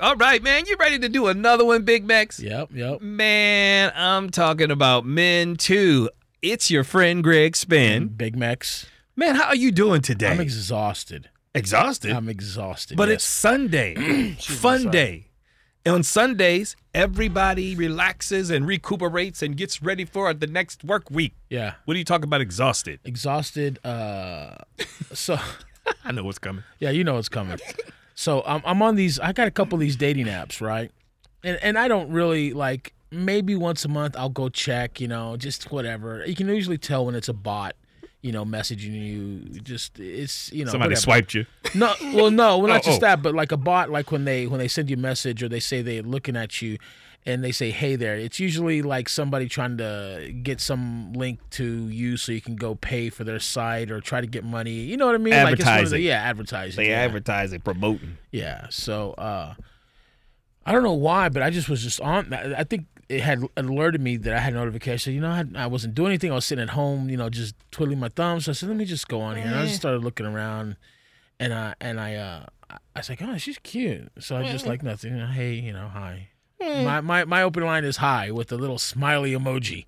All right, man. You ready to do another one, Big Macs? Yep, yep. Man, I'm talking about men too. It's your friend Greg Spin. Big Macs. Man, how are you doing today? I'm exhausted. exhausted. I'm exhausted. but yes. it's Sunday, fun day. And on Sundays, everybody relaxes and recuperates and gets ready for the next work week. yeah, What are you talking about, exhausted? exhausted. Uh, so I know what's coming. yeah, you know it's coming. So I'm I'm on these. I got a couple of these dating apps, right? And and I don't really like. Maybe once a month I'll go check. You know, just whatever. You can usually tell when it's a bot. You know, messaging you. Just it's you know Somebody whatever. swiped you. No, well, no, well, not Oh, just oh. that, but like a bot, like when they when they send you a message or they say they're looking at you, and they say, "Hey there." It's usually like somebody trying to get some link to you so you can go pay for their site or try to get money. You know what I mean? Like it's one of the, Advertising. yeah, advertising. They yeah. advertising, promoting. Yeah. So uh I don't know why, but I just was just on. I I think it had alerted me that I had a notification. You know, I, had- I wasn't doing anything. I was sitting at home, you know, just twiddling my thumbs. So I said, "Let me just go on here." And I just started looking around, and I and I uh I- I was like, "Oh, she's cute." So I just like nothing. You know, hey, you know, hi. My, my my open line is hi with a little smiley emoji.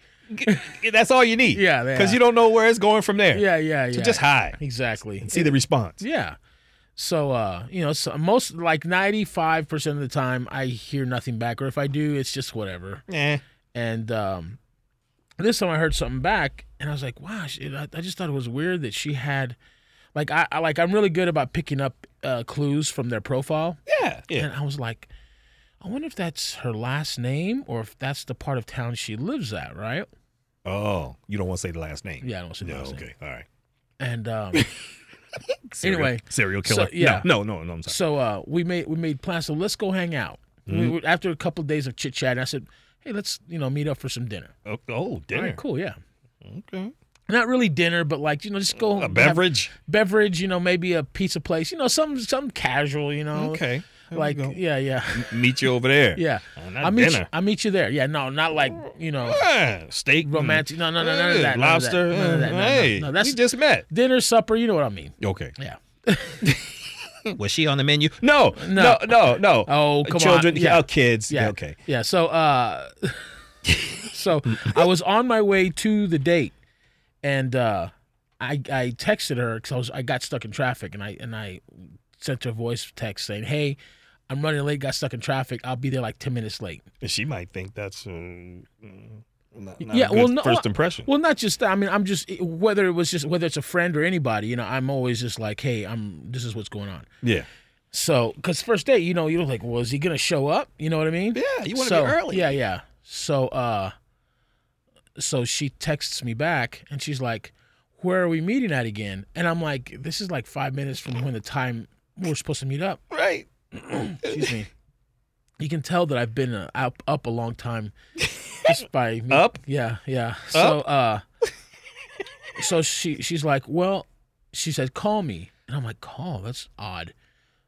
That's all you need. Yeah, they Because are. you don't know where it's going from there. Yeah, yeah, yeah. So just hi Exactly. and see the response. Yeah. So uh, you know, so most like ninety five percent of the time I hear nothing back, or if I do, it's just whatever. Eh. And um, this time I heard something back, and I was like, wow, she, I, I just thought it was weird that she had, like, I, I like I'm really good about picking up uh, clues from their profile, Yeah. Yeah. and I was like, I wonder if that's her last name or if that's the part of town she lives at, right? Oh, you don't want to say the last name. Yeah, I don't see the No, last name. okay. All right. And um, Serial- Anyway, serial so, killer. yeah. No, no, no, no, I'm sorry. So uh, we made we made plans. So let's go hang out. Mm-hmm. We were, after a couple of days of chit chat, I said, "Hey, let's you know meet up for some dinner." Oh, oh All dinner. right, cool, yeah. Okay. Not really dinner, but like you know, just go A have- beverage. beverage. You know, maybe a pizza place. You know, some some casual. You know, Okay. There we Like go. yeah, yeah, meet you over there. yeah. Oh, not I meet you. dinner. I meet you there. Yeah, no, not like you know Yeah, steak. mm, romantic. No, no, no, none of yeah, that. none of that, Lobster. None of that. uh, No, no, hey, no, that's we just met. dinner, supper. You know what I mean? Okay. Yeah. Was she on the menu? No, No. no, no, no. Oh, come on. Children, Yeah. oh, kids. Yeah. Okay. Yeah. So, uh, so I was on my way to the date, and uh, I I texted her because I was I got stuck in traffic, and I and I sent her a voice text saying, "Hey, I'm running late. Got stuck in traffic. I'll be there like ten minutes late." She might think that's uh, mm, not, not yeah. a well, good no, first impression. Well, not just that. I mean, I'm just whether it was just whether it's a friend or anybody, you know, I'm always just like, "Hey, I'm this is what's going on." yeah. So, because first date, you know, you're like, "Well, is he gonna show up?" You know what I mean? Yeah, you want to so, be early. Yeah, yeah. So uh so she texts me back and she's like, Where are we meeting at again? And I'm like, This is like five minutes from when the time we're supposed to meet up. Right. Excuse me. You can tell that I've been uh, up, up a long time just by me. Up? Yeah, yeah. So uh so she she's like, "Well, she said call me." And I'm like, "Call? That's odd."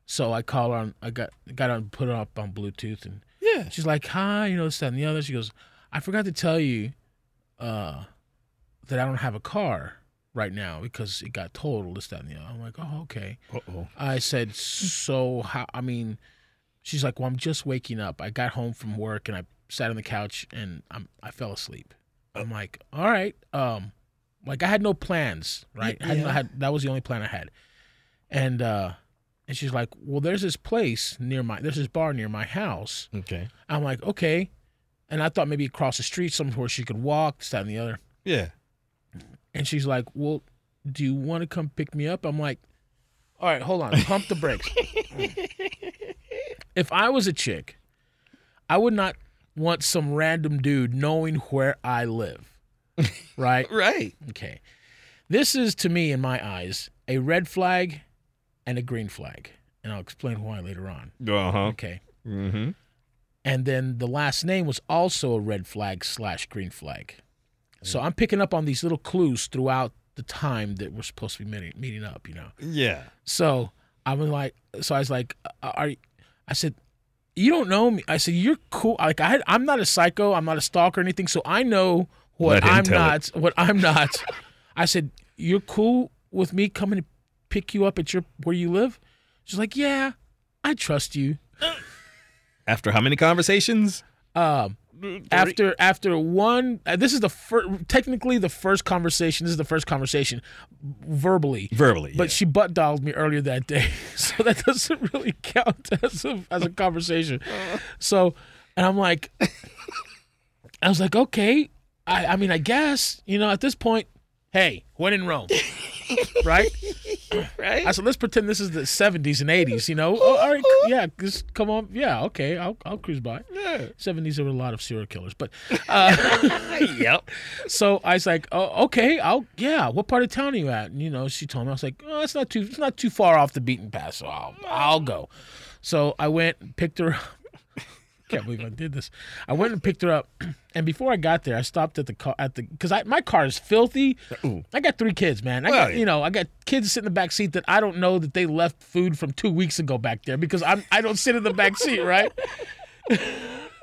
So I call her on I got got on put her up on Bluetooth and Yeah. She's like, hi, you know, this, that, and the other. She goes, I forgot to tell you uh, that I don't have a car right now because it got totaled, this, that, and the other. I'm like, oh, okay. Uh oh. I said, so how, I mean, she's like, well, I'm just waking up. I got home from work and I sat on the couch and I'm, I fell asleep. I'm like, all right. Um, like I had no plans, right? I had, I Yeah. had, that was the only plan I had. And, uh, and she's like, well, there's this place near my, there's this bar near my house. Okay. I'm like, okay. And I thought maybe across the street somewhere she could walk, this, that, and the other. Yeah. And she's like, well, do you want to come pick me up? I'm like, all right, hold on, pump the brakes. if I was a chick, I would not want some random dude knowing where I live, right? Right. Okay. This is, to me, in my eyes, a red flag and a green flag. And I'll explain why later on. Uh huh. Okay. Mm-hmm. and then the last name was also a red flag slash green flag. Mm. So I'm picking up on these little clues throughout the time that we're supposed to be meeting, meeting up, you know. Yeah. So I was like, so I was like, uh, are, you- I said, you don't know me. I said, you're cool. Like I, I'm not a psycho. I'm not a stalker or anything. So I know what Let him I'm tell not. What I'm not. I said, you're cool with me coming to pick you up at your where you live. She's like, yeah, I trust you. After how many conversations? Um, after after one, uh, this is the first, technically the first conversation. This is the first conversation, verbally. Verbally. But she butt dialed me earlier that day, so that doesn't really count as a, as a conversation. So, and I'm like, I was like, okay, I, I mean, I guess you know, at this point, hey, when in Rome, right? right? I said, let's pretend this is the '70s and '80s, you know? Oh, all right, c- yeah, just come on, yeah, okay, I'll I'll cruise by. yeah. '70s there were a lot of serial killers, but uh, yep. so I was like, oh, okay, I'll yeah. What part of town are you at? And, you know, she told me. I was like, oh, it's not too it's not too far off the beaten path, so I'll I'll go. So I went and picked her up. Can't believe I did this. I went and picked her up, and before I got there, I stopped at the car at the because I my car is filthy. Ooh. I got three kids, man. I Well, got you know I got kids sitting in the back seat that I don't know that they left food from two weeks ago back there because I'm I don't sit in the back seat, right?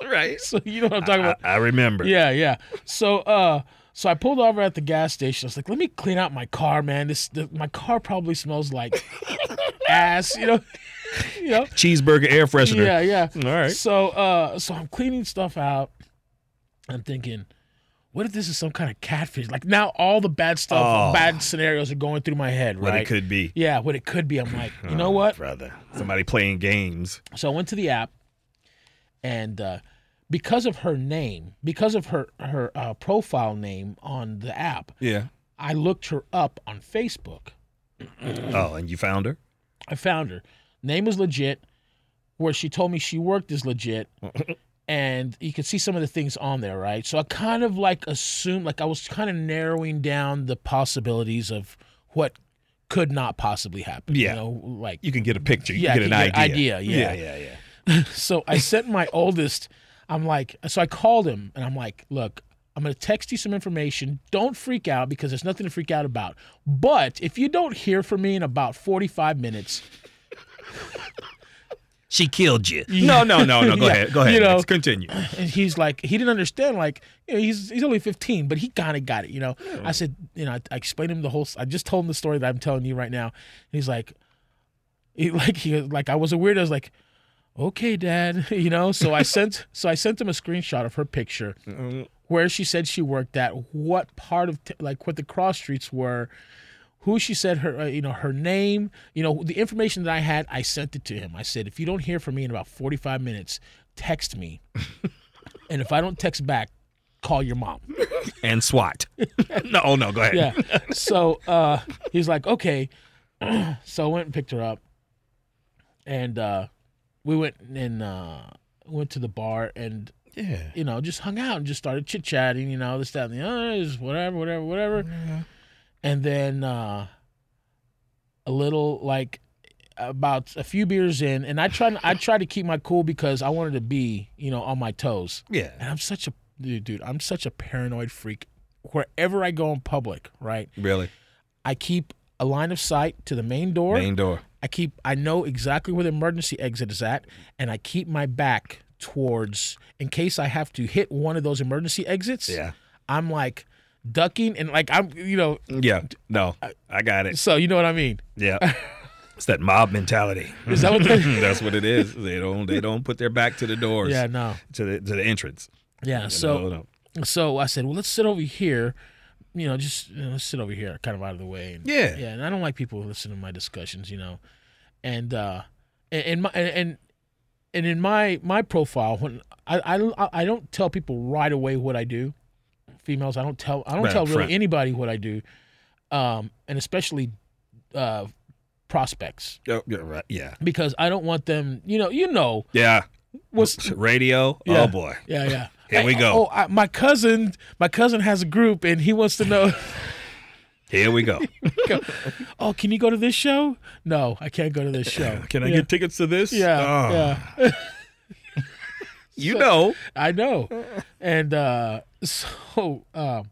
Right. So you know what I'm talking about. I, I remember. Yeah, yeah. So, uh, so I pulled over at the gas station. I was like, "Let me clean out my car, man. This the, my car probably smells like ass, you know, you know." Cheeseburger air freshener. Yeah, yeah. Hmm. All right. So, uh, so I'm cleaning stuff out. I'm thinking, what if this is some kind of catfish? Like now, all the bad stuff, Oh. bad scenarios are going through my head, What right? it could be. yeah, what it could be. I'm like, you know Oh, what? Brother. Somebody playing games. So I went to the app, and uh, because of her name, because of her her uh, profile name on the app, Yeah. I looked her up on Facebook. Oh, and you found her? I found her. Name was legit. Where she told me she worked is legit. And you could see some of the things on there, right? So I kind of like assumed, like I was kind of narrowing down the possibilities of what could not possibly happen. Yeah. You know, like You can get a picture. You Yeah, can get I an can get idea. an idea, yeah. yeah, yeah, yeah. so I sent my oldest. I'm like, so I called him and I'm like, look, I'm gonna text you some information. Don't freak out because there's nothing to freak out about. But if you don't hear from me in about 45 minutes, She killed you. No, no, no, no. Go Yeah. ahead. Go ahead. You know- Let's continue. and he's like, he didn't understand. Like, you know, he's he's only 15, but he kind of got it. You know, I said, you know, I, I explained him the whole. s- I just told him the story that I'm telling you right now. And he's like, he like he like I was a weirdo. I was like, okay, dad. You know, so I sent so I sent him a screenshot of her picture. where she said she worked at, what part of t- like what the cross streets were, who she said her uh, you know her name, you know the information that I had, I sent it to him. I said if you don't hear from me in about 45 minutes, text me. and if I don't text back, call your mom. And SWAT. no, oh, no. Go ahead. Yeah. So uh he's like, "Okay." so I went and picked her up. And uh we went and uh went to the bar and Yeah. you know, just hung out and just started chit chatting, you know, this, that, and the other, just whatever, whatever, whatever. And then uh, a little like about a few beers in, and I try, I try to keep my cool because I wanted to be, you know, on my toes. Yeah. And I'm such a dude, dude I'm such a paranoid freak. Wherever I go in public, right, Really? I keep a line of sight to the main door. Main door. I keep I know exactly where the emergency exit is at, and I keep my back towards in case I have to hit one of those emergency exits. Yeah. I'm like ducking and like I'm you know Yeah. No, I got it. so you know what I mean. Yeah. It's that mob mentality. Is that what that That's what it is. They don't. They don't put their back to the doors. Yeah, no. To the to the entrance. No, Yeah. So no. so I said, Well let's sit over here. You know, just you know, let's sit over here, kind of out of the way. And, Yeah. Yeah, and I don't like people who listen to my discussions, you know. And uh and, and my and, and and in my my profile when I, I I don't tell people right away what I do. Females, I don't tell I don't Right tell up really front. anybody what I do. Um and especially uh prospects Yeah, yeah, Oh, right. Yeah. because I don't want them, you know, you know Yeah. what's Radio. Yeah. Oh boy. yeah, yeah. Here we I- go. Oh, I, my cousin, my cousin has a group, and he wants to know. Here we go. go, oh, can you go to this show? No, I can't go to this show. Can I Yeah. get tickets to this? Yeah, Oh, yeah. You know. I know. And uh, so um,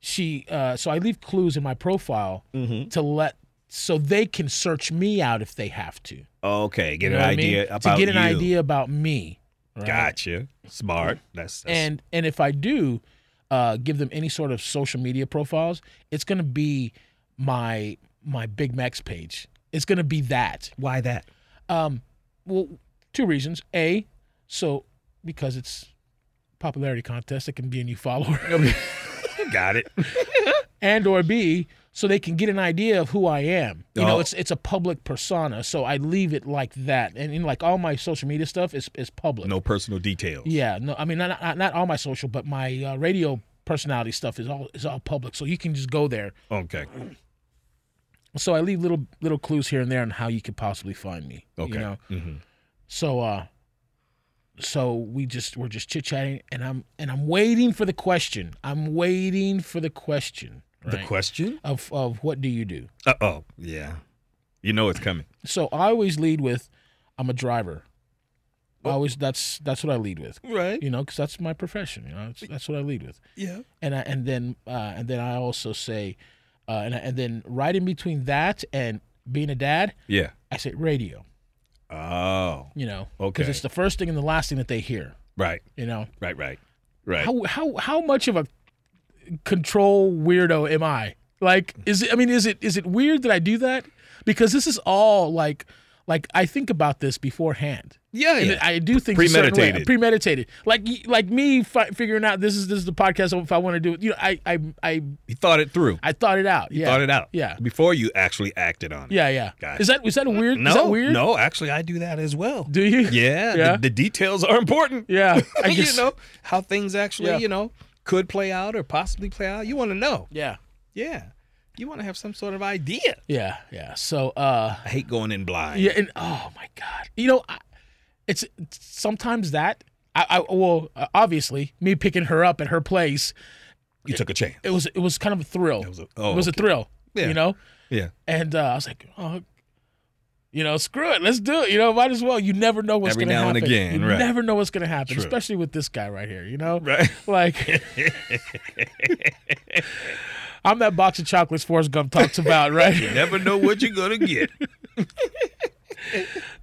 she, uh, so I leave clues in my profile Mm-hmm. to let so they can search me out if they have to. You Okay. Get know an what I mean? idea to about get an you. idea about me. right? Gotcha. Smart. That's, that's and and if I do uh, give them any sort of social media profiles, it's gonna be my my Big Macs page. It's gonna be that. why that. Um, well, two reasons. A, So because it's popularity contest, it can be a new follower. Got it. and or B, so they can get an idea of who I am. You know, Oh. it's it's a public persona, so I leave it like that. And in like all my social media stuff is is public. No personal details. Yeah, no, I mean not not, not all my social, but my uh, radio personality stuff is all is all public, so you can just go there. Okay. So I leave little little clues here and there on how you could possibly find me. Okay. You know? Mm-hmm. Mhm. So uh so we just we're just chit chatting and I'm and I'm waiting for the question. I'm waiting for the question. The right, question? of of what do you do? Uh oh. Yeah. You know it's coming. So I always lead with I'm a driver. I always that's that's what I lead with. Right. You know, because that's my profession. You know, that's, that's what I lead with. Yeah. and I, and then uh, and then I also say, uh, and I- and then right in between that and being a dad, Yeah. I say radio. Oh. You know, Okay. it's the first thing and the last thing that they hear. Right. You know, Right. Right. Right. how how how much of a control weirdo am I? Like, is it? I mean, is it is it weird that I do that? Because this is all like. Like I think about this beforehand. yeah. And yeah. I do things a certain way. Premeditated. Premeditated. Like y- like me fi- figuring out this is this is the podcast. If I want to do it, you know, I I I he thought it through. I thought it out. yeah. Thought it out. Yeah. Before you actually acted on it. Yeah, yeah. Got Is that is that weird? No. is that weird? No. Actually, I do that as well. Do you? Yeah. Yeah. The, the details are important. Yeah. I you guess. know how things actually Yeah. you know could play out or possibly play out. You want to know. Yeah. Yeah. You want to have some sort of idea. Yeah. Yeah. So, uh, I hate going in blind. yeah, and oh my god, you know, I, it's it's sometimes that I, I well, uh, obviously, me picking her up at her place, You took a chance. it was it was kind of a thrill. It was a- oh, a thrill. Yeah. You know, Yeah. and uh, I was like, oh. You know, screw it. Let's do it. You know, might as well. You never know what's Every going to now happen. and again, you right. never know what's going to happen, True. especially with this guy right here. You know, Right. Like, I'm that box of chocolates Forrest Gump talks about, right? Never know what you're gonna get.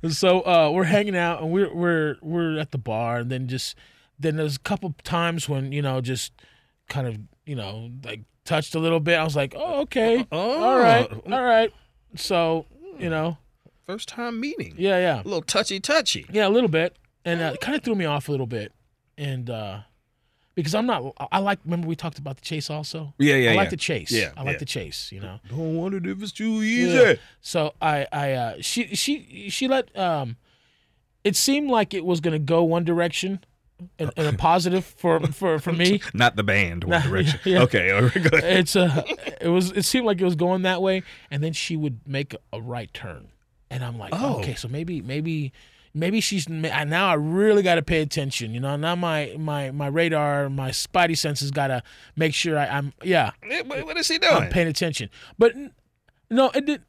so uh, we're hanging out and we're we're we're at the bar, and then just then there's a couple times when you know just kind of you know like touched a little bit. I was like, oh okay, Oh. all right, all right. So you know, First time meeting. yeah, yeah. A little touchy touchy. Yeah, a little bit, and uh, it kind of threw me off a little bit, and uh, because I'm not, I- I like. Remember we talked about the chase also. Yeah, yeah, I like yeah. the chase. Yeah, I like yeah. the chase. You know. Don't want it if it's too Yeah. So I, I, uh, she, she, she let. Um, it seemed like it was gonna go one direction, in, in a positive for for for me. Not the band, One Direction. yeah. Okay, all right, good. It's uh it was. It seemed like it was going that way, and then she would make a right turn, and I'm like, Oh. okay, so maybe, maybe, maybe she's ma- I- now. I really got to pay attention, you know. Now my my my radar, my spidey senses got to make sure I, I'm yeah, Eh, What, what is he I'm doing? paying attention. But n- no, it did.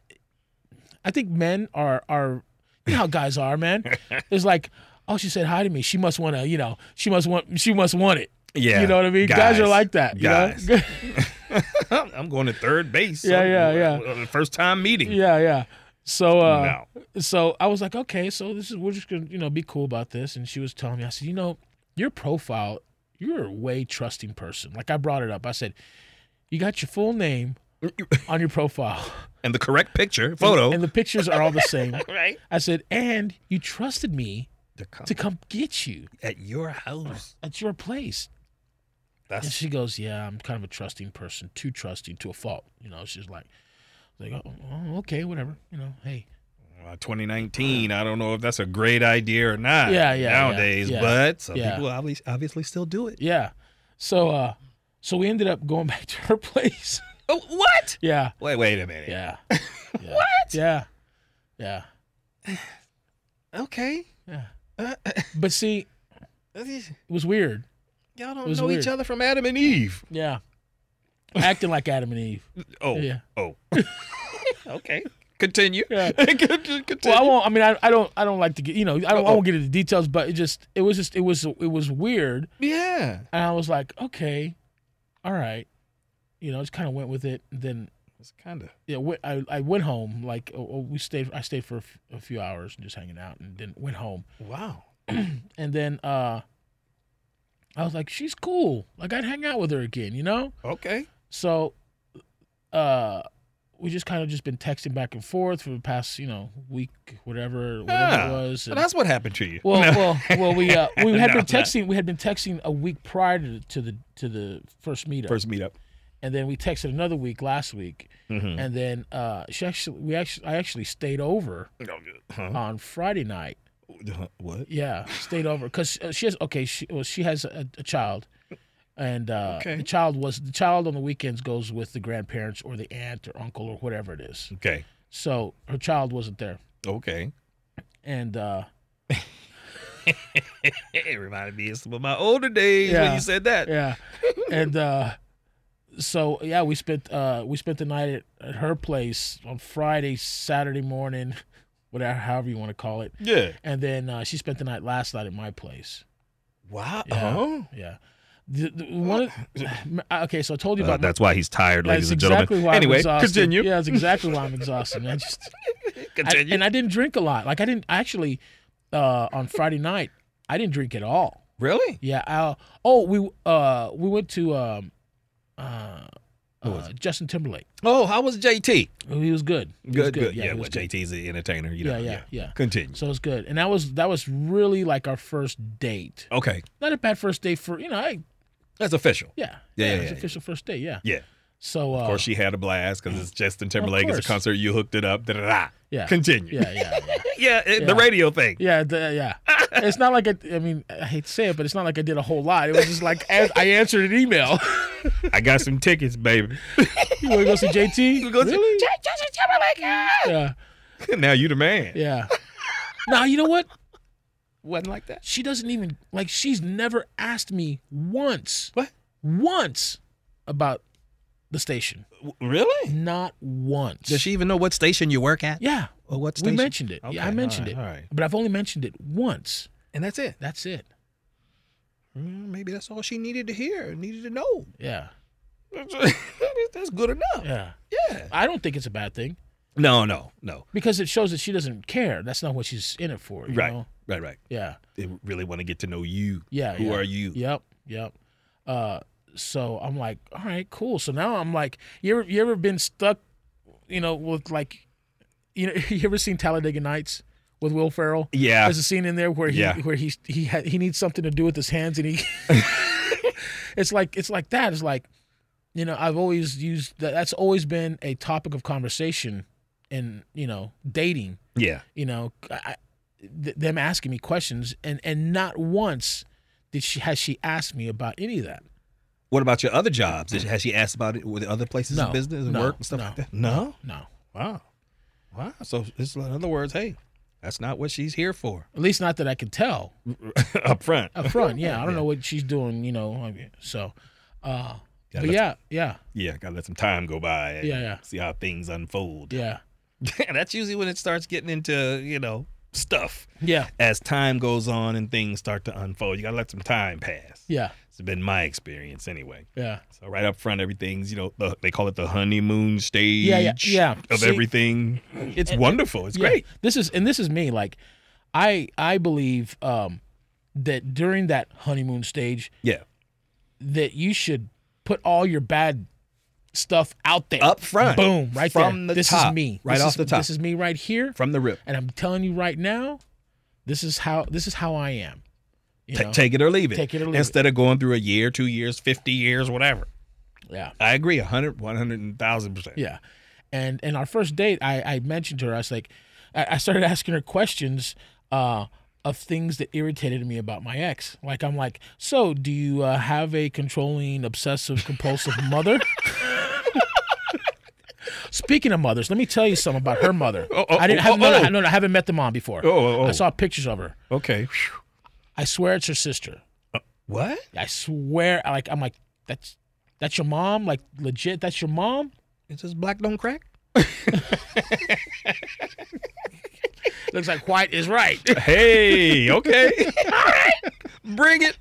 I think men are are you know how guys are, man. It's like, oh, she said hi to me. She must want to, you know, she must want she must want it. yeah. You know what I mean? Guys, are like that. you know? guys. I'm going to third base. Yeah, yeah, yeah. First time meeting. yeah, yeah. So uh No. so I was like, okay, so this is we're just gonna you know be cool about this. And she was telling me, I said, you know, your profile, you're a way trusting person. Like I brought it up. I said, you got your full name on your profile, And the correct picture, photo. and the pictures are all the same. right. I said, and you trusted me They're coming to come get you at your house. at your place. And That's she goes, yeah, I'm kind of a trusting person, too trusting to a fault. You know, she's like, like, oh, oh, okay, whatever. You know, hey, uh, 2019. I don't know if that's a great idea or not. Yeah, yeah, Nowadays, yeah, yeah. but some Yeah. people obviously, obviously still do it. Yeah. So uh so we ended up going back to her place. Oh, what? yeah. Wait, wait a minute. Yeah. what? Yeah. Yeah. Okay. Yeah. Uh, But see, it was weird. y'all It don't was know weird. each other from Adam and Eve. Yeah. Acting like Adam and Eve. Oh. Yeah. Oh. okay. Continue. Yeah. Continue. Well, I won't I mean I, I don't I don't like to get you know, I don't I won't get into details, but it just it was just it was it was weird yeah. and I was like, okay, all right. You know, just kinda went with it. Then It's kind of. yeah, went, I I went home. Like uh, uh, we stayed, I stayed for a, f- a few hours, just hanging out, and then went home. Wow. and then uh I was like, she's cool. Like I'd hang out with her again, you know? Okay. So uh we just kind of just been texting back and forth for the past you know week, whatever, whatever Ah, it was. well, and- that's what happened to you. well, well, well, we uh, we No, had been not- texting. We had been texting a week prior to, to the to the first meetup, First meetup. and then we texted another week last week, Mhm. and then uh, she actually we actually I actually stayed over Huh? on Friday night. What? Yeah, stayed over because she has okay. She well, she has a, a child, and uh, Okay. the child was the child on the weekends goes with the grandparents or the aunt or uncle or whatever it is. Okay. So her child wasn't there, Okay. and uh, It reminded me of some of my older days when Yeah. you said that. yeah, and uh, so yeah, we spent uh, we spent the night at, at her place on Friday, Saturday morning, whatever, however you want to call it, Yeah. and then uh, she spent the night last night at my place. Wow. Yeah. Yeah. The, the, one of- uh, okay, so I told you about my- Uh, that's why he's tired, That's ladies and gentlemen. exactly why I'm anyway, exhausted. continue. Yeah, that's exactly why I'm exhausted, man. Just, I, Continue. and I didn't drink a lot. Like I didn't I actually uh, on Friday night. I didn't drink at all. really? Yeah. I, oh, we uh, we went to um, uh, uh, Justin Timberlake. Oh, how was JT? He was good. He was Good, good. Yeah, Yeah, he well, was good. JT's an entertainer. You Yeah, know, yeah, yeah. Continue. So it was good, and that was that was really like our first date. Okay, Not a bad first date for you know. I, that's official. yeah, Yeah, yeah, It was yeah, official first date. Yeah. Yeah. So uh, Of course, she had a blast because it's Justin Timberlake. It's a course. concert. You hooked it up. Da, da, da. Yeah. Continue. Yeah, yeah, yeah. Yeah, it- Yeah. the radio thing. Yeah, the, yeah. It's not like I, I mean, I hate to say it, but it's not like I did a whole lot. It was just like as I answered an email. I got some tickets, baby. you want to go see JT? You go to- really? J- Justin Timberlake. ah! yeah, now you the man. yeah. now you know what? Wasn't like that. She doesn't even like. She's never asked me once. What? Once about the station. Really? Not once. Does she even know what station you work at? Yeah. Or what We station? mentioned it. Okay, yeah, I mentioned all it. right, all right. But I've only mentioned it once. And that's it. That's it. Mm, Maybe that's all she needed to hear, needed to know. Yeah. that's good enough. Yeah. Yeah. I don't think it's a bad thing. No, no, no. because it shows that she doesn't care. That's not what she's in it for. You Right. Know? Right, right. Yeah. They really want to get to know you. Yeah. Who yeah. are you? Yep. Yep. Uh, so I'm like, all right, cool. So now I'm like, you ever you ever been stuck, you know, with like, you know, you ever seen Talladega Nights with Will Ferrell? Yeah. There's a scene in there where he Yeah. where he he ha- he needs something to do with his hands and he. it's like it's like that. It's like, you know, I've always used that. That's always been a topic of conversation, in you know, dating. Yeah. you know, I, th- them asking me questions, and and not once did she has she asked me about any of that. What about your other jobs? Did- Has she asked about it with other places No, of business and no, work and stuff no, like that? No. No, Wow. Wow. So, it's, in other words, hey, that's not what she's here for. at least not that I can tell Up front. up front. Yeah, I don't know what she's doing. You know, I mean, so. Uh, Yeah, but let's- yeah, yeah, Yeah. Got to let some time go by. and Yeah, yeah. See how things unfold. yeah, that's usually when it starts getting into, you know, stuff. yeah, As time goes on and things start to unfold, you got to let some time pass. yeah, It's been my experience anyway. yeah. So right up front, everything's you know the, they call it the honeymoon stage. Yeah, yeah, yeah. Of See- everything, it's wonderful. It's Yeah. great. This is and this is me. Like, I I believe um that during that honeymoon stage Yeah, that you should put all your bad stuff out there Up front. Boom, right From there. the this top. is me. Right This off is- the top. This is me right here. from the rip. and I'm telling you right now, this is how this is how I am. You Ta- know? take it or leave it. Take it or leave it. Instead of going through a year, two years, fifty years, whatever. yeah, I agree, a hundred, one hundred, and thousand percent. yeah. And and our first date, I I mentioned to her, I was like, I, I started asking her questions. uh of things that irritated me about my ex. Like, I'm like, so do you uh, have a controlling, obsessive, compulsive mother? Speaking of mothers, let me tell you something about her mother. Oh, oh, I didn't oh, have, no, oh. no, no, no, I haven't met the mom before. Oh, oh, oh. I saw pictures of her. Okay. Phew. I swear it's her sister. What? I swear, I like I'm like that's that's your mom, like legit, that's your mom. Is this black don't crack? Looks like white is right. Hey. Okay. All right. Bring it.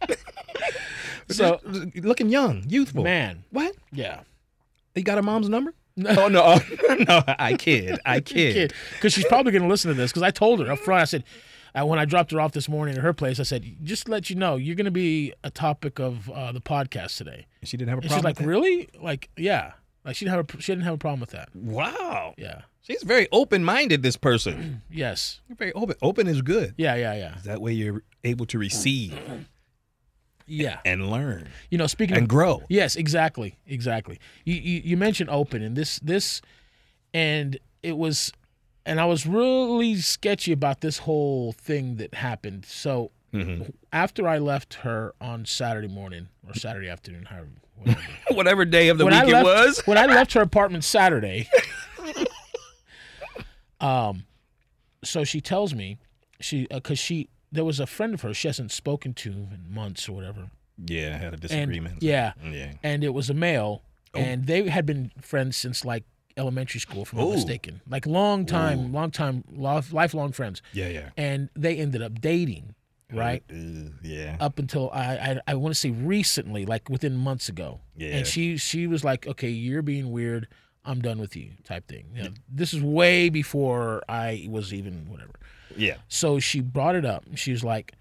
So- looking young, youthful. Man, What? yeah, He got a mom's number? No. Oh no, no! I kid, I kid. kid, because she's probably gonna listen to this. Because I told her up front, I said. uh when I dropped her off this morning at her place, I said, "Just to let you know, you're going to be a topic of uh, the podcast today." She didn't have a And she's problem. like, with that? "Really? Like, yeah." Like she didn't have a, she didn't have a problem with that. Wow. Yeah. She's very open minded, this person. Yes. You're very open. Open is good. Yeah. Yeah. Yeah. That way you're able to receive Yeah. and learn You know, speaking and of grow. Yes, exactly, exactly. You, you you mentioned open and this this, and it was, and I was really sketchy about this whole thing that happened. So Mhm. after I left her on Saturday morning or Saturday afternoon, however. Whatever. Whatever day of the When I week it left- was. when I left her apartment Saturday, um, so she tells me she because she there was a friend of hers she hasn't spoken to in months or whatever, Yeah, I had a and disagreement. yeah, Yeah. and it was a male, Oh. and they had been friends since like elementary school, if I'm not Ooh. mistaken, like long time, long time, life, lifelong friends, Yeah, yeah. and they ended up dating, right? Uh, Ooh, yeah. Up until I, I, I want to say recently, like within months ago, Yeah. and she, she was like, okay, you're being weird. I'm done with you, type thing. You know, this is way before I was even whatever. yeah. So she brought it up. She was like,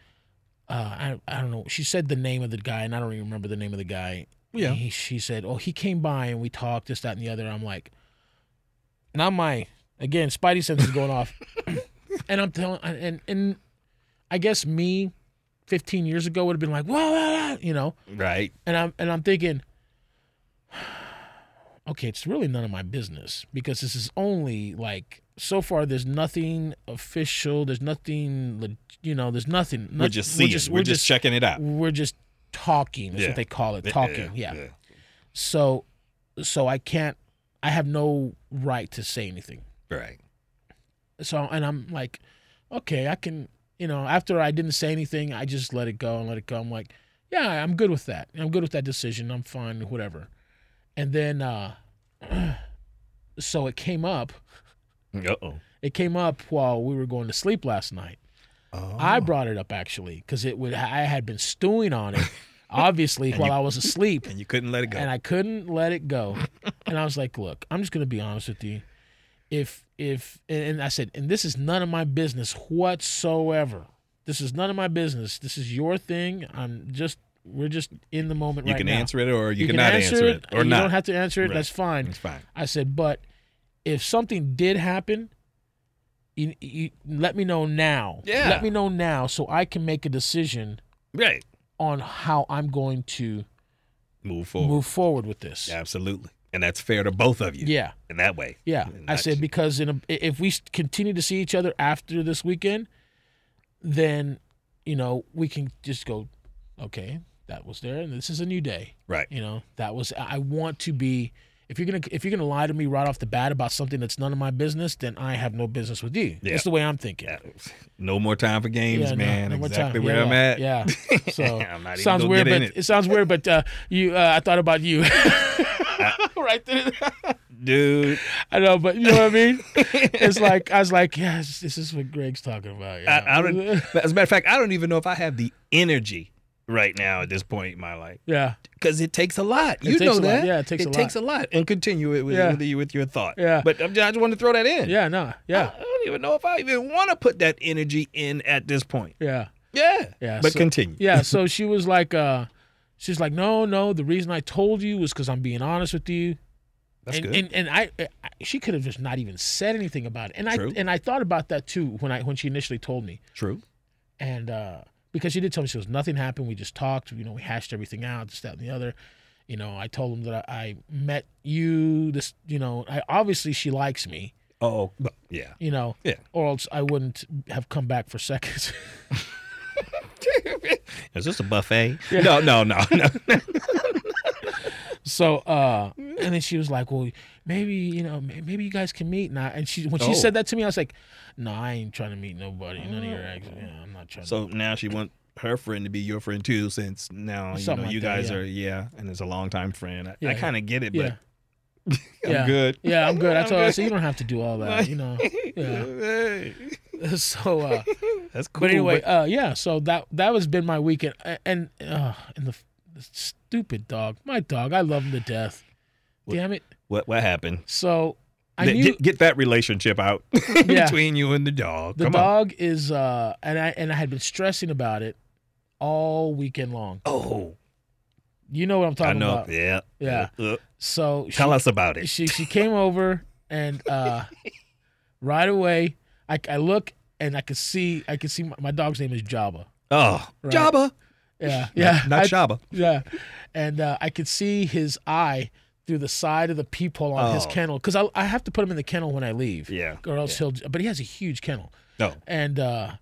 uh, I, I don't know. She said the name of the guy, and I don't even remember the name of the guy. Yeah. He, she said, Oh, he came by and we talked, this, that, and the other. I'm like, Not my, again, Spidey sense is going off. and I'm telling, and, and I guess me 15 years ago would have been like, Whoa, ah, ah," you know, Right. and I'm, and I'm thinking, Okay, it's really none of my business because this is only like, so far, there's nothing official. There's nothing, leg- you know, there's nothing. We're just seeing. We're just, checking it out. we're just talking. That's Yeah. what they call it, talking. Yeah. yeah. So, so I can't. I have no right to say anything. Right. So, and I'm like, okay, I can. You know, after I didn't say anything, I just let it go and let it go. I'm like, yeah, I'm good with that. I'm good with that decision. I'm fine, whatever. And then, uh so it came up. Uh oh. It came up while we were going to sleep last night. Oh. I brought it up actually because it would. I had been stewing on it, obviously, while I was asleep. and you couldn't let it go. and I couldn't let it go. and I was like, look, I'm just gonna be honest with you. If if and, and I said, and this is none of my business whatsoever. This is none of my business. This is your thing. I'm just we're just in the moment you right can now. answer it or you, cannot answer, it, or you not. don't have to answer it. Right. That's fine. it's fine. I said, but if something did happen, you, you let me know now. Yeah. Let me know now so I can make a decision Right. on how I'm going to Move forward. move forward with this. Absolutely. And that's fair to both of you. Yeah. In that way. Yeah, And I that's- said because in a, if we s- continue to see each other after this weekend, then you know we can just go, okay, that was there, and this is a new day. Right. You know that was I I want to be. If you're gonna if you're gonna lie to me right off the bat about something that's none of my business, then I have no business with you. Yeah. That's the way I'm thinking. Yeah. No more time for games, no- man. no more time. exactly where Yeah, I'm yeah, at. Yeah. So I'm not even sounds gonna weird, get but in it. it. sounds weird, but uh, you uh, I thought about you. right then. Dude. I know, but you know what I mean? it's like I was like, yeah, this, this is what Greg's talking about. you know? I, I don't, as a matter of fact, I don't even know if I have the energy right now at this point in my life. yeah, because it takes a lot. you takes know a lot. that. Yeah, it takes a lot. And continue it with, Yeah. with, you- with your thought. Yeah. But I'm, just- I just want to throw that in. yeah, no, I, yeah, I don't even know if I even want to put that energy in at this point. yeah, Yeah. Yeah, But so- continue. yeah. So she was like, uh, she's like, no, no. The reason I told you was because I'm being honest with you. That's and, good. And and I, I she could have just not even said anything about it. And True. I and I thought about that too when I when she initially told me. True. and uh, because she did tell me she was nothing happened. We just talked. You know, we hashed everything out, this, that, and the other. You know, I told him that I, I met you. This, you know, I obviously she likes me. Oh, but- yeah. You know, Yeah. or else I wouldn't have come back for seconds. Is this a buffet? No, no, no, no. so, uh, and then she was like, "Well, maybe you know, may- maybe you guys can meet." And, I, and she, when she Oh. said that to me, I was like, "No, I ain't trying to meet nobody. None of your ex. Yeah, I'm not trying." to. Oh. so now she wants her friend to be your friend too, since now you, Something know, like you that, guys yeah. are, yeah, and it's a longtime friend. I, Yeah. I kind of get it, yeah, but I'm yeah. good. yeah, I'm good. I I'm told her, I good. said, "You don't have to do all that." You know, yeah. Hey. so. uh That's cool. But anyway, uh, yeah. So that that was been my weekend, A- and uh, and the, the stupid dog, my dog, I love him to death. Damn it! what what happened? So I Th- knew get, get that relationship out Yeah. between you and the dog. the Come on. dog is, uh, and I and I had been stressing about it all weekend long. Oh, You know what I'm I talking know. about. Yeah. Yeah. Uh, So she, tell us about it. she she came over and uh, right away I, I look and I could see I could see my, my dog's name is Jabba. Oh, Right. Jabba. Yeah, yeah, Not I- Shaba. yeah, and uh, I could see his eye through the side of the peephole on his Oh. kennel because I I have to put him in the kennel when I leave. Yeah. or else he'll. But he has a huge kennel. No. and uh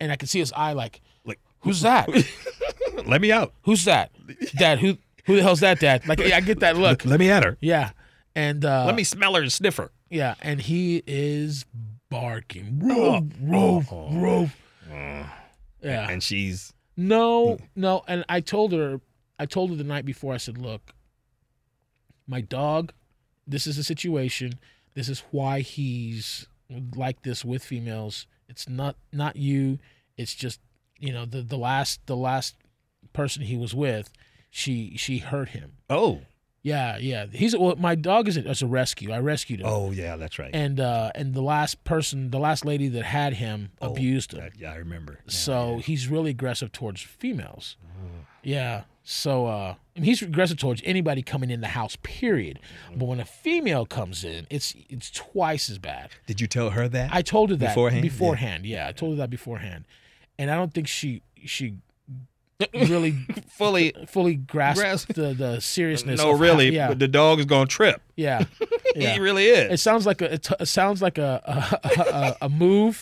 and I could see his eye like Like- who's that? Let me out. who's that? Dad, who who the hell's that dad? Like yeah, I get that look. Let, let me at her. Yeah. And uh let me smell her and sniff her. yeah, and he is barking. Oh. Roof, roof, roof. Yeah. And she's No, Mm. no. And I told her, I told her the night before, I said, look, my dog, this is the situation. This is why he's like this with females. It's not not you. It's just you know the the last the last person he was with, she she hurt him. oh Yeah, yeah. He's well, my dog is a, is a rescue. I rescued him. oh yeah that's right. And uh and the last person, the last lady that had him Oh, abused him. that- yeah, I remember. Yeah, So he's really aggressive towards females. Yeah. So uh and he's aggressive towards anybody coming in the house, period. Mm-hmm. But when a female comes in, it's it's twice as bad. yeah. did you tell her that? I told her that Beforehand? Yeah. beforehand, yeah. I told her that beforehand. And I don't think she she really fully. fully grasped Grasp- the, the seriousness. No, of how- really. yeah, But the dog's gonna trip. yeah. yeah. He really is. It sounds like a it, t- it sounds like a a, a, a move,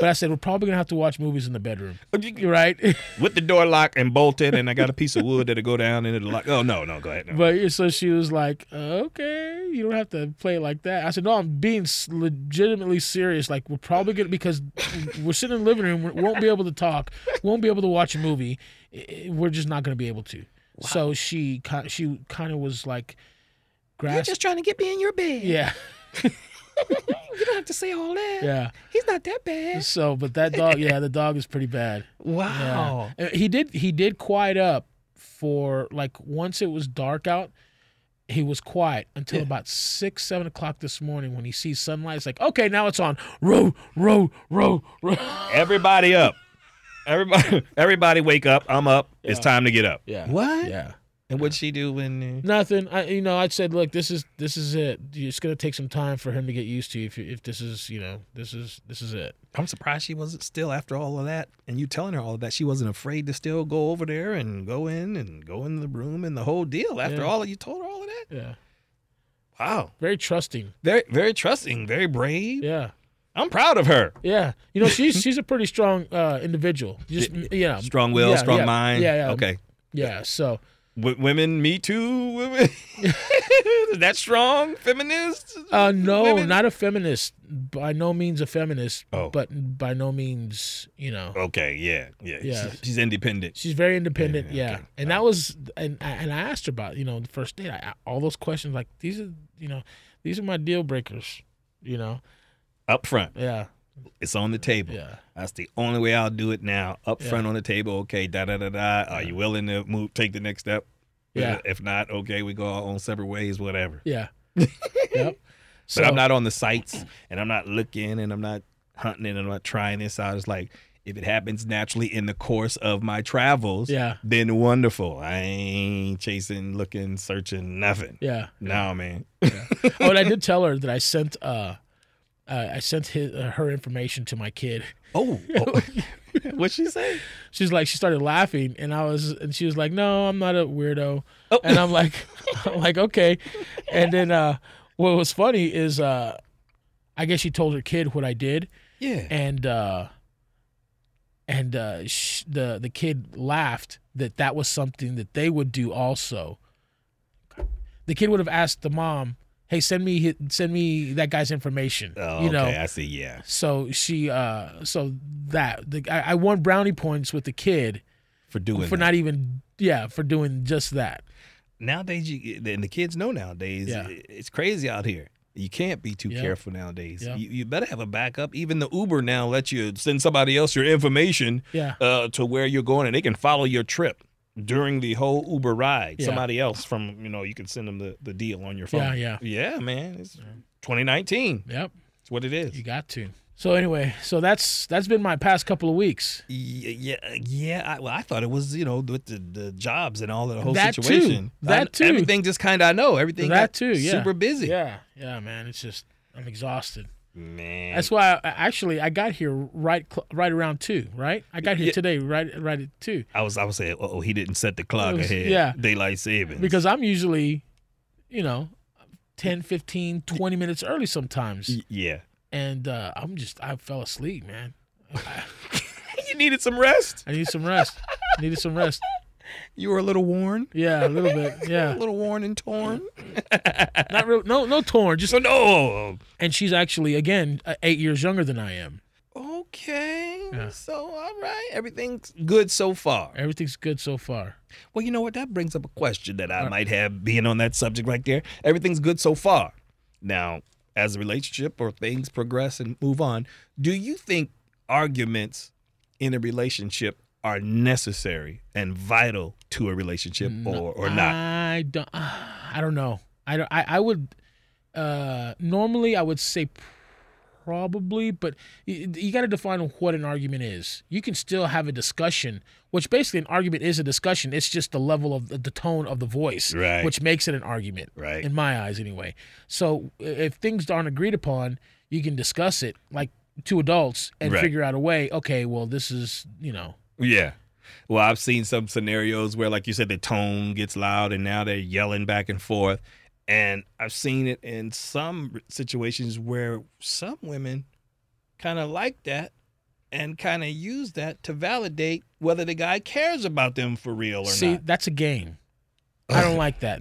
but I said we're probably gonna have to watch movies in the bedroom, right? with the door locked and bolted, and I got a piece of wood that'll go down into the lock. Oh no, no, go ahead. No. But so she was like, "Okay, you don't have to play it like that." I said, "No, I'm being s- legitimately serious. Like, we're probably gonna because we're sitting in the living room, we won't be able to talk, won't be able to watch a movie. I- I- We're just not gonna be able to." So she ki- she kind of was like, You're "Grasp, just trying to get me in your bed. yeah, You don't have to say all that. yeah." He's not that bad. So, but that dog, yeah, the dog is pretty bad. Wow. Uh, He did he did quiet up for like once it was dark out, he was quiet until about six, seven o'clock this morning when he sees sunlight. It's like, okay, now it's on. Row, row, row, row. Everybody up. Everybody, everybody, wake up. I'm up. It's Yeah. time to get up. Yeah. What? Yeah. And what'd she do when? uh, Nothing. I you know, I said, look, this is this is it. It's gonna take some time for him to get used to if you- if this is, you know, this is this is it. I'm surprised she wasn't still after all of that, and you telling her all of that. She wasn't afraid to still go over there and go in and go in the room and the whole deal. After Yeah. all, you told her all of that. Yeah. Wow, Very trusting. very very trusting, very brave. Yeah. I'm proud of her. Yeah. You know, she's she's a pretty strong uh individual. Just Um, yeah. Strong will, Yeah, strong yeah. mind. Yeah, yeah. Okay. Yeah. So W- women, me too. Women. that strong feminist. Uh, no, women? not a feminist. By no means a feminist. Oh. But by no means, you know, Okay. Yeah. Yeah. Yeah. She's, she's independent. she's very independent. Yeah, Yeah. okay. Oh. And that was, and I, and I asked her about, you know, the first date. I, I- all those questions, like these are, you know, these are my deal breakers. You know. Up front, Yeah. it's on the table. Yeah. That's the only way I'll do it now. Up Yeah. front on the table. Okay. Da da da da. Are you willing to move? Take the next step. Yeah. If not, okay, we go our own separate ways. Whatever. Yeah. yep. So but I'm not on the sites and I'm not looking and I'm not hunting and I'm not trying this out. It's like if it happens naturally in the course of my travels, Yeah. then wonderful. I ain't chasing, looking, searching, nothing. Yeah. No, man. Oh, and I did tell her that I sent. uh uh, I sent his, uh, her information to my kid. Oh, oh. what'd she say? She's like, she started laughing, and I was, and she was like, "No, I'm not a weirdo." Oh. And I'm like, I'm like, okay. And then uh, what was funny is, uh, I guess she told her kid what I did, Yeah. and uh, and uh, sh- the the kid laughed that that was something that they would do also. The kid would have asked the mom, "Hey, send me hi- send me that guy's information." Oh, you know. okay, I see. Yeah. So she, uh, so that the, I, I won brownie points with the kid For doing for that. not even, yeah, for doing just that. nowadays you and the kids know nowadays Yeah. it's crazy out here you can't be too Yeah. careful nowadays Yeah. you, you better have a backup even the uber now lets you send somebody else your information Yeah. uh, to where you're going and they can follow your trip during the whole uber ride Yeah. somebody else from you know you can send them the, the Um, deal on your phone Yeah, yeah man it's 2019 Yep, it's what it is you got to. So anyway, so that's that's been my past couple of weeks. Yeah, yeah. yeah I, well, I thought it was you know with the, the jobs and all the whole That too. situation. I- That too. Everything just kind of I know everything. That got too, yeah. Super busy. Yeah, yeah, man. It's just I'm exhausted. Man. That's why I, actually I got here right cl- right around two. Right, I got here Yeah. today right right at two I was I was saying, oh, he didn't set the clock was- ahead. yeah. Daylight savings. because I'm usually, you know, 10, 15, 20 minutes early sometimes, Y- yeah. and uh, I'm just I fell asleep, man. You needed some rest. I need some rest. I needed some rest. You were a little worn, Yeah, a little bit. a Yeah. Yeah, little worn and torn. not real. No, no torn. Just So no. and she's actually again uh, eight years younger than I am. Okay. Yeah. So all right, everything's good so far. Everything's good so far. Well, you know what? That brings up a question that I might have being on that subject right there. Everything's good so far. Now, as a relationship or things progress and move on, do you think arguments in a relationship are necessary and vital to a relationship or, or not? I don't. uh, I don't know. I don't. I, I would. Uh, normally, I would say probably, but you, you got to define what an argument is. You can still have a discussion, which basically an argument is a discussion. It's just the level of the, the tone of the voice, Right. which makes it an argument, Right. In my eyes, anyway. So i- if things aren't agreed upon, you can discuss it like two adults and Right. figure out a way. Okay, well, this is you know. Yeah. Well, I've seen some scenarios where, like you said, the tone gets loud and now they're yelling back and forth. And I've seen it in some situations where some women kind of like that and kind of use that to validate whether the guy cares about them for real or See, not. that's a game. I don't like that.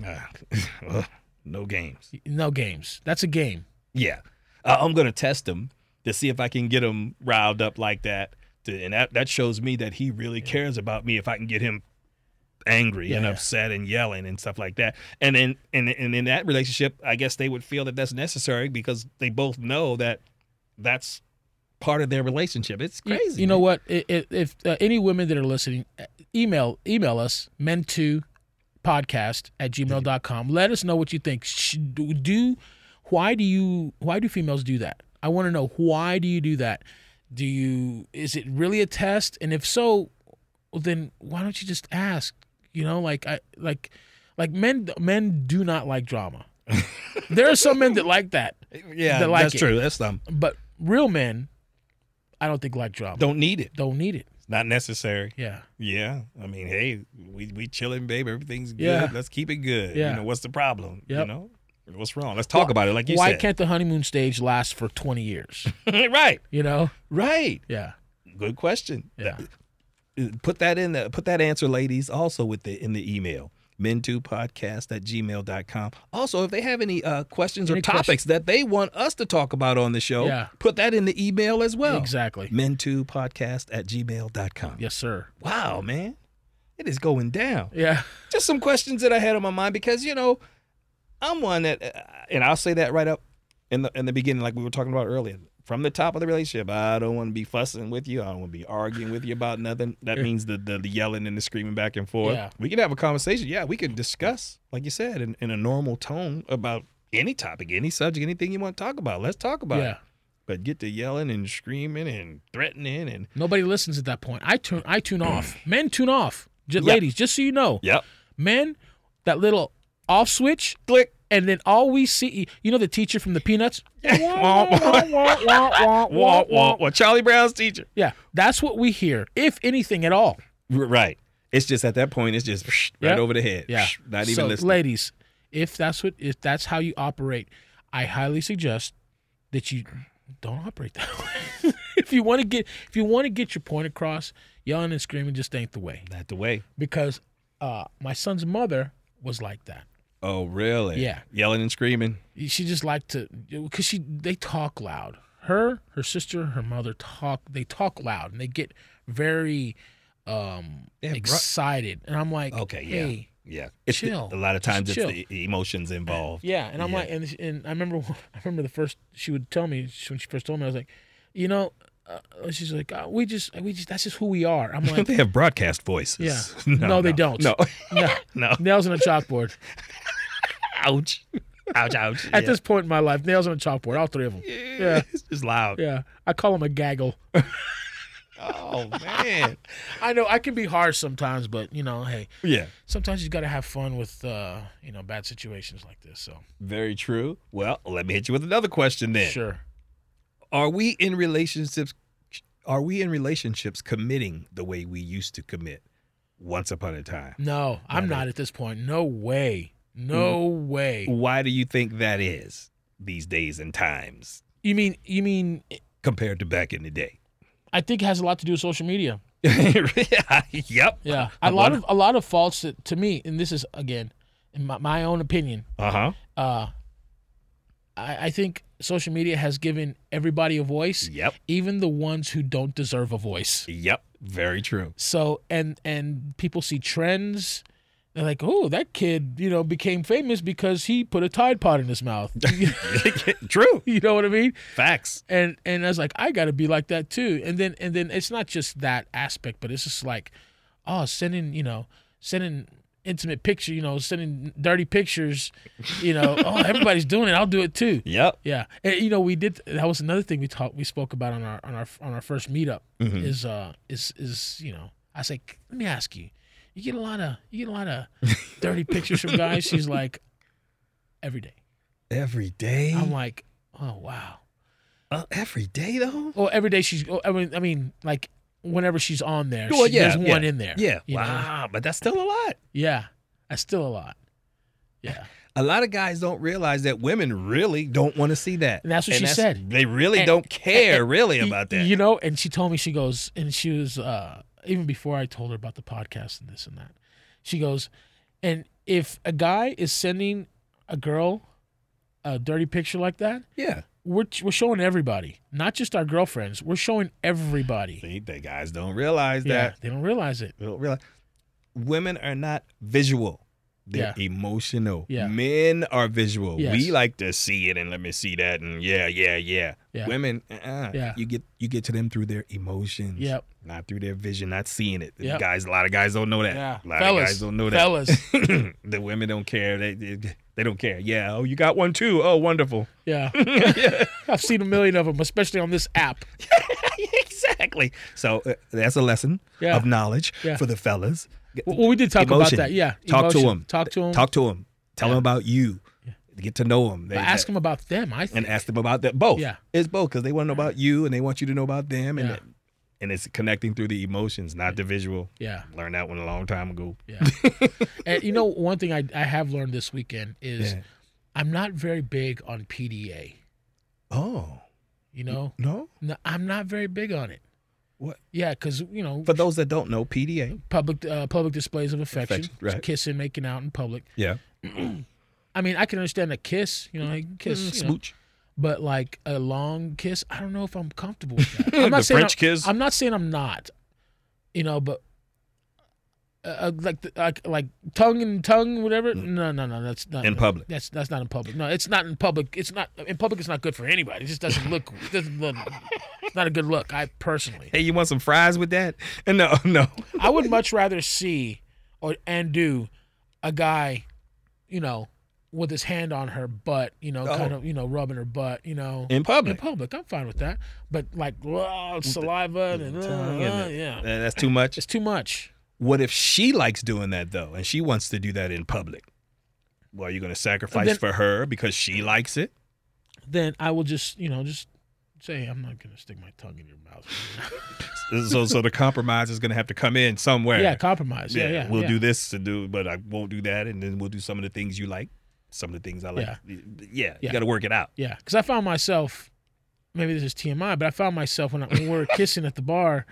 Nah. no games. No games. That's a game. Yeah. Uh, I'm going to test him to see if I can get him riled up like that. To, and that, that shows me that he really cares about me if I can get him angry and Yeah. upset and yelling and stuff like that. And then and, and in that relationship, I guess they would feel that that's necessary because they both know that that's part of their relationship. It's You- crazy. You, know what? I- I- If uh, any women that are listening, uh, email email us men to podcast at gmail.com. Let us know what you think. Sh- Do, do why do you why do females do that? I want to know why do you do that? Do you is it really a test? And if so, well, then why don't you just ask? You know, like I like like men men do not like drama. there are some men that like that, man. yeah, they like that's it. true. That's um, but real men, I don't think like drama. don't need it. don't need it. It's not necessary. Yeah. Yeah, I mean, hey, we we chilling, babe. Everything's good. Yeah. Let's keep it good. Yeah. You know what's the problem? You Yep. know what's wrong? Let's talk Why- about it, like you Why said. can't the honeymoon stage last for 20 years? right, You know? right. Yeah. Good question. Yeah. That- Put that in. The, put that answer, ladies. Also with the in the email men2podcast at gmail.com also if they have any uh, questions or Any topics that they want us to talk about on the show Yeah. put that in the email as well Exactly. men2podcast at gmail.com Yes, sir. wow man it is going down Yeah. just some questions that I had on my mind because you know I'm one that, uh, and I'll say that right up in the in the beginning, like we were talking about earlier, from the top of the relationship. I don't want to be fussing with you. I don't want to be arguing with you about nothing. That means the, the the yelling and the screaming back and forth. Yeah. We can have a conversation. Yeah, we can discuss, like you said, in, in a normal tone about any topic, any subject, anything you want to talk about. Let's talk about Yeah. it. But get to yelling and screaming and threatening and Nobody listens at that point. I tune I tune off. Men tune off. J- Yeah. Ladies, just so you know. yep, Men, that little off switch, click. and then all we see you know the teacher from the peanuts? Womp, womp, womp, womp, womp. Charlie Brown's teacher. Yeah. That's what we hear, if anything at all. R- Right. It's just at that point, it's just psh, Yeah. right over the head. Yeah. Psh, Not even so, listening. Ladies, if that's what if that's how you operate, I highly suggest that you don't operate that way. if you want to get if you want to get your point across, yelling and screaming just ain't the way. Not the way. Because uh my son's mother was like that. Oh, really? Yeah. Yelling and screaming. She just liked to because she they talk loud. Her, her sister, her mother talk they talk loud and they get very um Yeah, bro- excited. And I'm like, Okay, yeah. hey, Yeah. It's the- Chill. a lot of times, Just it's the emotions involved. Yeah, and I'm Yeah. like, and, and I remember, I remember the first she would tell me she- when she first told me, I was like, you know, uh, she's like, uh, we just, we just, that's just who we are. I'm like, they have broadcast voices. Yeah. No, they don't. No. no, no. nails on a chalkboard. Ouch. ouch, ouch. At Yeah. this point in my life, nails on a chalkboard, all three of them. Yeah. it's just loud. Yeah, I call them a gaggle. Oh man. I know I can be harsh sometimes, but you know, hey, yeah. sometimes you got to have fun with uh, you know bad situations like this. So Very true. Well, let me hit you with another question then. sure, Are we in relationships are we in relationships committing the way we used to commit once upon a time? no, I'm not Mm. at this point. No way, no way. Why do you think that is these days and times You mean you mean? compared to back in the day? I think it has a lot to do with social media. yep. Yeah, a lot of a lot of faults that, to me, and this is again, in my, my own opinion. Uh-huh. Uh, I, I think social media has given everybody a voice, Yep. even the ones who don't deserve a voice. Yep. Very true. So and and people see trends. They're like, oh, that kid, you know, became famous because he put a Tide Pod in his mouth. true. you know what I mean? Facts. And and I was like, I gotta be like that too. And then and then it's not just that aspect, but it's just like, oh, sending you know, sending intimate picture, you know, sending dirty pictures, you know, oh, everybody's doing it, I'll do it too. Yep. Yeah, and you know we did. That was another thing we talked, we spoke about on our on our on our first meetup. Hmm. Mm-hmm. Is uh is is you know I say let me ask you, you get a lot of you get a lot of dirty pictures from guys. She's like, every day. Every day. I'm like, oh wow. Uh, every day though? Well, every day she's. oh, I mean, I mean, like whenever she's on there, Well, she, yeah, there's one yeah, in there. Yeah. you know? Wow, but that's still a lot. Yeah, that's still a lot. Yeah, A lot of guys don't realize that women really don't want to see that. And that's what she said. They really And- don't care really Y- about that. You know, and she told me she goes, and she was uh, even before I told her about the podcast and this and that. She goes, and if a guy is sending a girl a dirty picture like that, yeah. we're we're showing everybody, not just our girlfriends. We're showing everybody. See, the guys don't realize Yeah, that. they don't realize it. They don't realize. Women are not visual. They're emotional. Yeah. Men are visual. Yes. We like to see it and let me see that and yeah, yeah, yeah. Yeah. Women, uh-uh. Yeah. you get you get to them through their emotions. Yep. Not through their vision, not seeing it. Yep. Guys, a lot of guys don't know that. A lot fellas, of guys don't know that. fellas. the women don't care. They, they they don't care. Yeah. Oh, you got one too. Oh, wonderful. Yeah, I've seen a million of them, especially on this app. exactly. So uh, that's a lesson Yeah. of knowledge Yeah. for the fellas. Well, we did talk about Emotion. that. Yeah, Talk to emotion. them. Talk to them. Talk to them. Tell them about you. Get to know them. ask them about them. I think. and ask them about that. Both. Yeah. It's both because they want to know about you and they want you to know about them. And Yeah. and it's connecting through the emotions, not the visual. yeah. Learned that one a long time ago. Yeah. and you know, one thing I, I have learned this weekend is Yeah. I'm not very big on PDA. Oh You know, no! no, I'm not very big on it. What? Yeah, because you know, For those that don't know, PDA. public uh, public displays of affection, Affection, right. kissing, making out in public. Yeah. I mean, I can understand a kiss. You know, Mm, like, kiss, you know, Smooch. but like a long kiss, I don't know if I'm comfortable with that. I'm not saying French I'm, kiss? I'm not saying I'm not. You know, but uh, uh, like the, like like tongue and tongue, whatever. No, no, no. That's not Mm. In no, public. That's that's not in public. No, it's not in public. It's not in public. It's not good for anybody. It just doesn't look. It doesn't look. It's not a good look. I personally, Hey, you want some fries with that? No, no. I would much rather see or and do a guy, you know, with his hand on her butt, you know, kind Oh. of you know rubbing her butt, you know, In public. in public. I'm fine with that. But like wow, saliva and uh, tongue and uh, the- yeah, Uh, that's too much. it's too much. What if she likes doing that though, and she wants to do that in public? Well, are you going to sacrifice Then- for her because she likes it? Then I will just you know just say I'm not gonna stick my tongue in your mouth. So, so the compromise is going to have to come in somewhere. yeah, compromise. Yeah, yeah. we'll yeah. do this to do, but I won't do that, and then we'll do some of the things you like, some of the things I like. Yeah. Yeah, you Yeah. got to work it out. Yeah, because I found myself. Maybe this is TMI, but I found myself when, I, when we were kissing at the bar,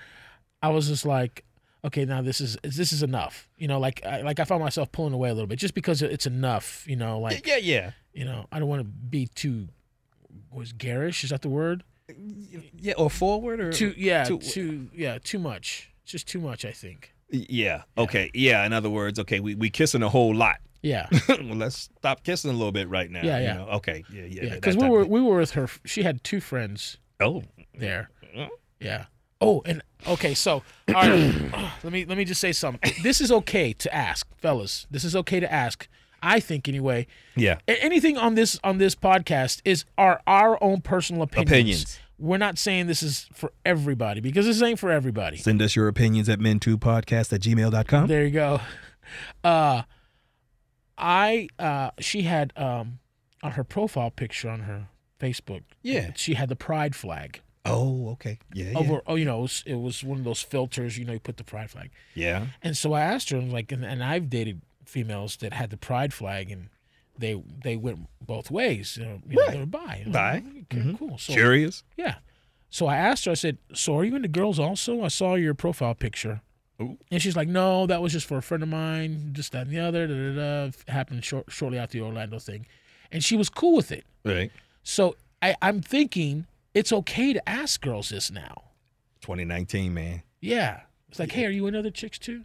I was just like, okay, now this is this is enough. You know, like I, like I found myself pulling away a little bit just because it's enough. You know, like yeah, yeah, you know, I don't want to be too was garish. Is that the word? yeah, or forward or Too yeah, too- too, yeah, too much. It's Just too much, I think. yeah. Okay, yeah. In other words, okay, we we kissing a whole lot. Yeah, well, let's stop kissing a little bit right now. Yeah, you yeah. know? Okay, yeah, yeah. yeah. that Because we type were of- we were with her. She had two friends oh, there. Yeah. Oh, and okay. So, all right. let me let me just say something. This is okay to ask, fellas. This is okay to ask. I think anyway. Yeah. A- anything on this on this podcast is our our own personal opinions. Opinions. We're not saying this is for everybody because this ain't for everybody. Send us your opinions at men2podcast at gmail.com. There you go. Uh I uh she had um on her profile picture on her Facebook. Yeah. She had the pride flag Oh, okay. Yeah. Yeah. over oh you know it was, it was one of those filters you know you put the pride flag. yeah. And so I asked her, I'm like, and, and I've dated females that had the pride flag, and they they went both ways. You know, you know, they were bi. And I'm Bi. Mm-hmm. like, Okay, Cool. So, Curious. Yeah. So I asked her. I said, "So are you into girls also? I saw your profile picture." Ooh. And she's like, "No, that was just for a friend of mine. Just that and the other. Da, da, da. Happened short, shortly after the Orlando thing, and she was cool with it. Right. So I, I'm thinking it's okay to ask girls this now. 2019, man. Yeah. It's like, hey, are you into other chicks too?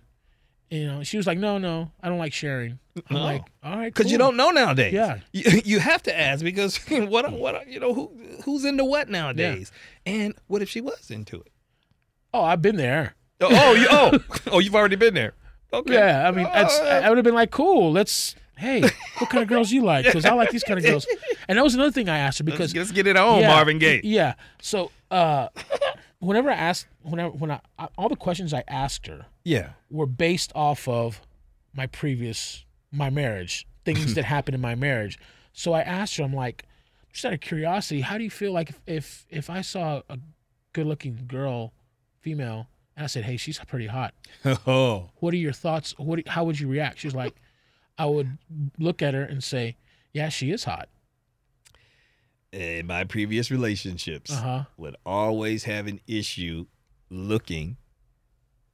You know, she was like, no, no, I don't like sharing. I'm No. like, all right, Because you cool." don't know nowadays. Yeah. You, you have to ask because what what you know who who's into what nowadays, and what if she was into it? Oh, I've been there. Oh, oh, you, oh, oh, you've already been there. Okay. Yeah, I mean, that's, Oh, I would have been like, cool. Let's. Hey, what kind of girls you like? Because I like these kind of girls. And that was another thing I asked her because let's, let's get it on, yeah, Marvin Gaye. Yeah. So uh, whenever I asked, whenever when I, I all the questions I asked her Yeah. were based off of my previous my marriage things that happened in my marriage so i asked her i'm like just out of curiosity how do you feel like if if, if i saw a good looking girl female and i said hey she's pretty hot Oh. what are your thoughts what do- how would you react she's like i would look at her and say yeah she is hot In my previous relationships, uh-huh would always have an issue looking,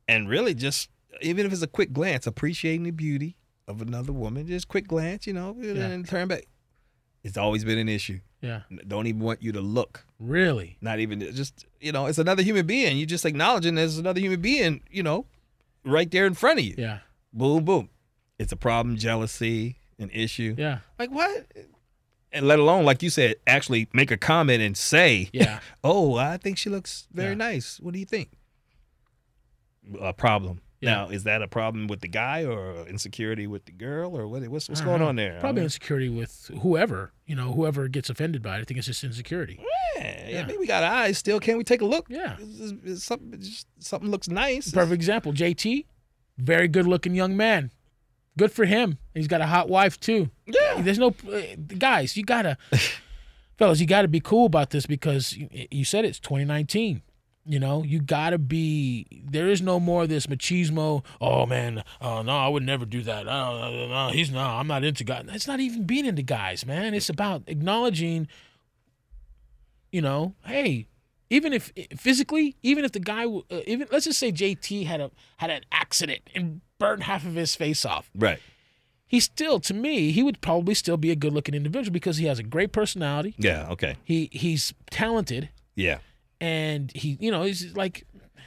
and really just even if it's a quick glance, appreciating the beauty of another woman, just quick glance, you know, and then turn back. It's always been an issue. yeah Don't even want you to look. really not even just you know it's another human being you just acknowledging there's another human being you know right there in front of you yeah boom boom it's a problem jealousy an issue yeah like what and let alone like you said actually make a comment and say yeah oh i think she looks very Yeah. nice what do you think a problem Yeah. now is that a problem with the guy or insecurity with the girl or what what's, what's I going on don't know. there I Uh-huh. probably mean, insecurity with whoever you know whoever gets offended by it i think it's just insecurity yeah, yeah. yeah. maybe we got eyes still can we take a look yeah It's- it's- it's something, just, something looks nice Perfect example. JT, very good looking young man. Good for him. He's got a hot wife too. yeah There's no uh, guys. You gotta, fellas, you gotta be cool about this because you, you said it's 2019. You know, you gotta be. There is no more of this machismo. Oh man, oh no, I would never do that. Oh, no, no, no, he's no, I'm not into guys. It's not even being into guys, man. It's about acknowledging. You know, hey, even if physically, even if the guy, w- uh, even let's just say JT had a had an accident and burned half of his face off Right. he still to me he would probably still be a good looking individual because he has a great personality Yeah. Okay. he he's talented Yeah. and he you know he's like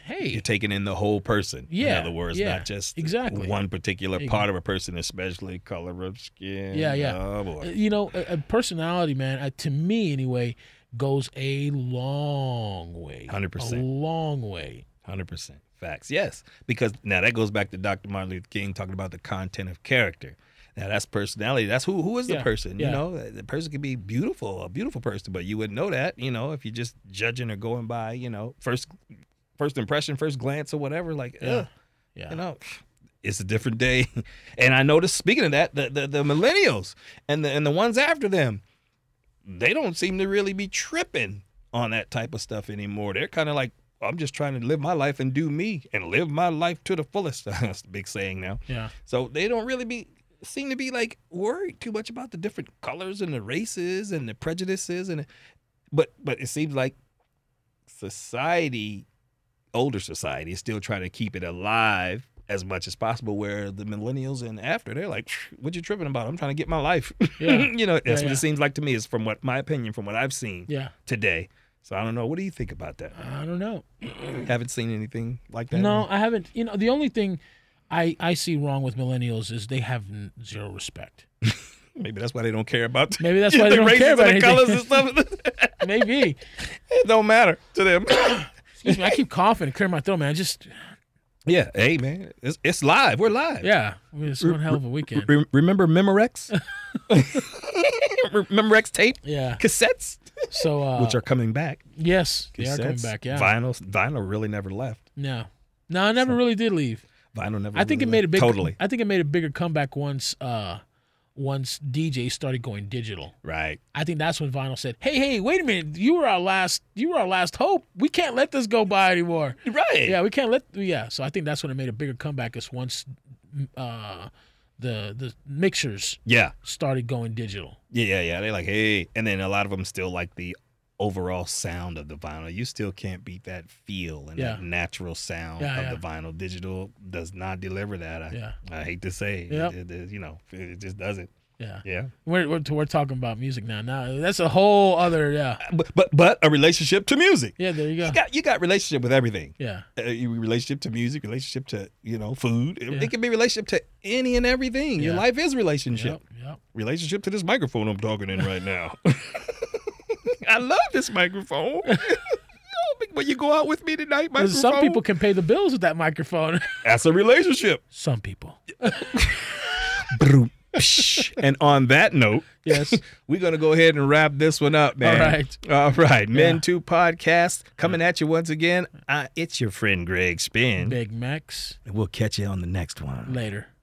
You're hey taking in the whole person. Yeah, In other words, yeah, not just exactly. one particular Ex- part of a person, especially color of skin. Yeah, yeah. Oh uh, boy. you know a, a personality man uh, to me anyway goes a long way 100%. a long way Hundred percent facts. Yes, because now that goes back to Dr. Martin Luther King talking about the content of character. Now that's personality. That's who who is the Yeah, person. yeah. You know, the person could be beautiful, a beautiful person, but you wouldn't know that. You know, if you're just judging or going by, you know, first first impression, first glance, or whatever. Like, Yeah. ugh. yeah you know it's a different day and i noticed speaking of that the, the, the millennials and the and the ones after them they don't seem to really be tripping on that type of stuff anymore they're kind of like i'm just trying to live my life and do me and live my life to the fullest that's the big saying now yeah so they don't really be seem to be like worried too much about the different colors and the races and the prejudices and but but it seems like society older society is still trying to keep it alive as much as possible where the millennials and after they're like what you tripping about i'm trying to get my life Yeah. you know that's what yeah. it seems like to me is from what my opinion from what i've seen yeah today so i don't know what do you think about that i don't know haven't seen anything like that Uh, no i haven't you know the only thing i i see wrong with millennials is they have n- zero respect maybe that's why they don't care about the, Maybe that's why they don't races care about and the colors and anything. stuff maybe it don't matter to them. Excuse me, I keep coughing and clearing my throat, man. Just Yeah. Hey, man. It's, it's live. We're live. Yeah, it's one hell of a weekend. Re- remember Memorex? Memorex tape? Yeah. Cassettes? So uh, Which are coming back. yes, they are coming Cassettes, back. Yeah. Vinyl, vinyl really never left. No, no, I never really did leave. Vinyl never I think it really made a left. big. Totally. I think it made a bigger comeback once uh, once DJ started going digital. Right. I think that's when vinyl said, "Hey, hey, wait a minute! You were our last. You were our last hope. We can't let this go by anymore. Right. Yeah, we can't let. Yeah. So I think that's when it made a bigger comeback. Is once uh, the the mixers Yeah. started going digital. Yeah, yeah, yeah. They're like, hey, and then a lot of them still like the overall sound of the vinyl. You still can't beat that feel and that Yeah. natural sound Yeah, of yeah. the vinyl. Digital does not deliver that. I, Yeah. I hate to say, it. Yep. It- it- you know, it just doesn't. Yeah. Yeah, We're, we're we're talking about music now. Now that's a whole other. Yeah. but but but a relationship to music. Yeah. There you go. You got you got relationship with everything. Yeah. Uh, you- relationship to music, relationship to you know food. It, Yeah. it can be relationship to any and everything. Your Yeah. life is relationship. Yep. Yep. Relationship to this microphone I'm talking in right now. I love this microphone. Will you go out with me tonight, 'Cause microphone? Some people can pay the bills with that microphone. That's a relationship. Some people. and on that note, Yes. we're gonna go ahead and wrap this one up, man. All right. All right, Men Yeah. Two Podcast coming at you once again. Uh, it's your friend Greg Spin. Big Macs And we'll catch you on the next one. later.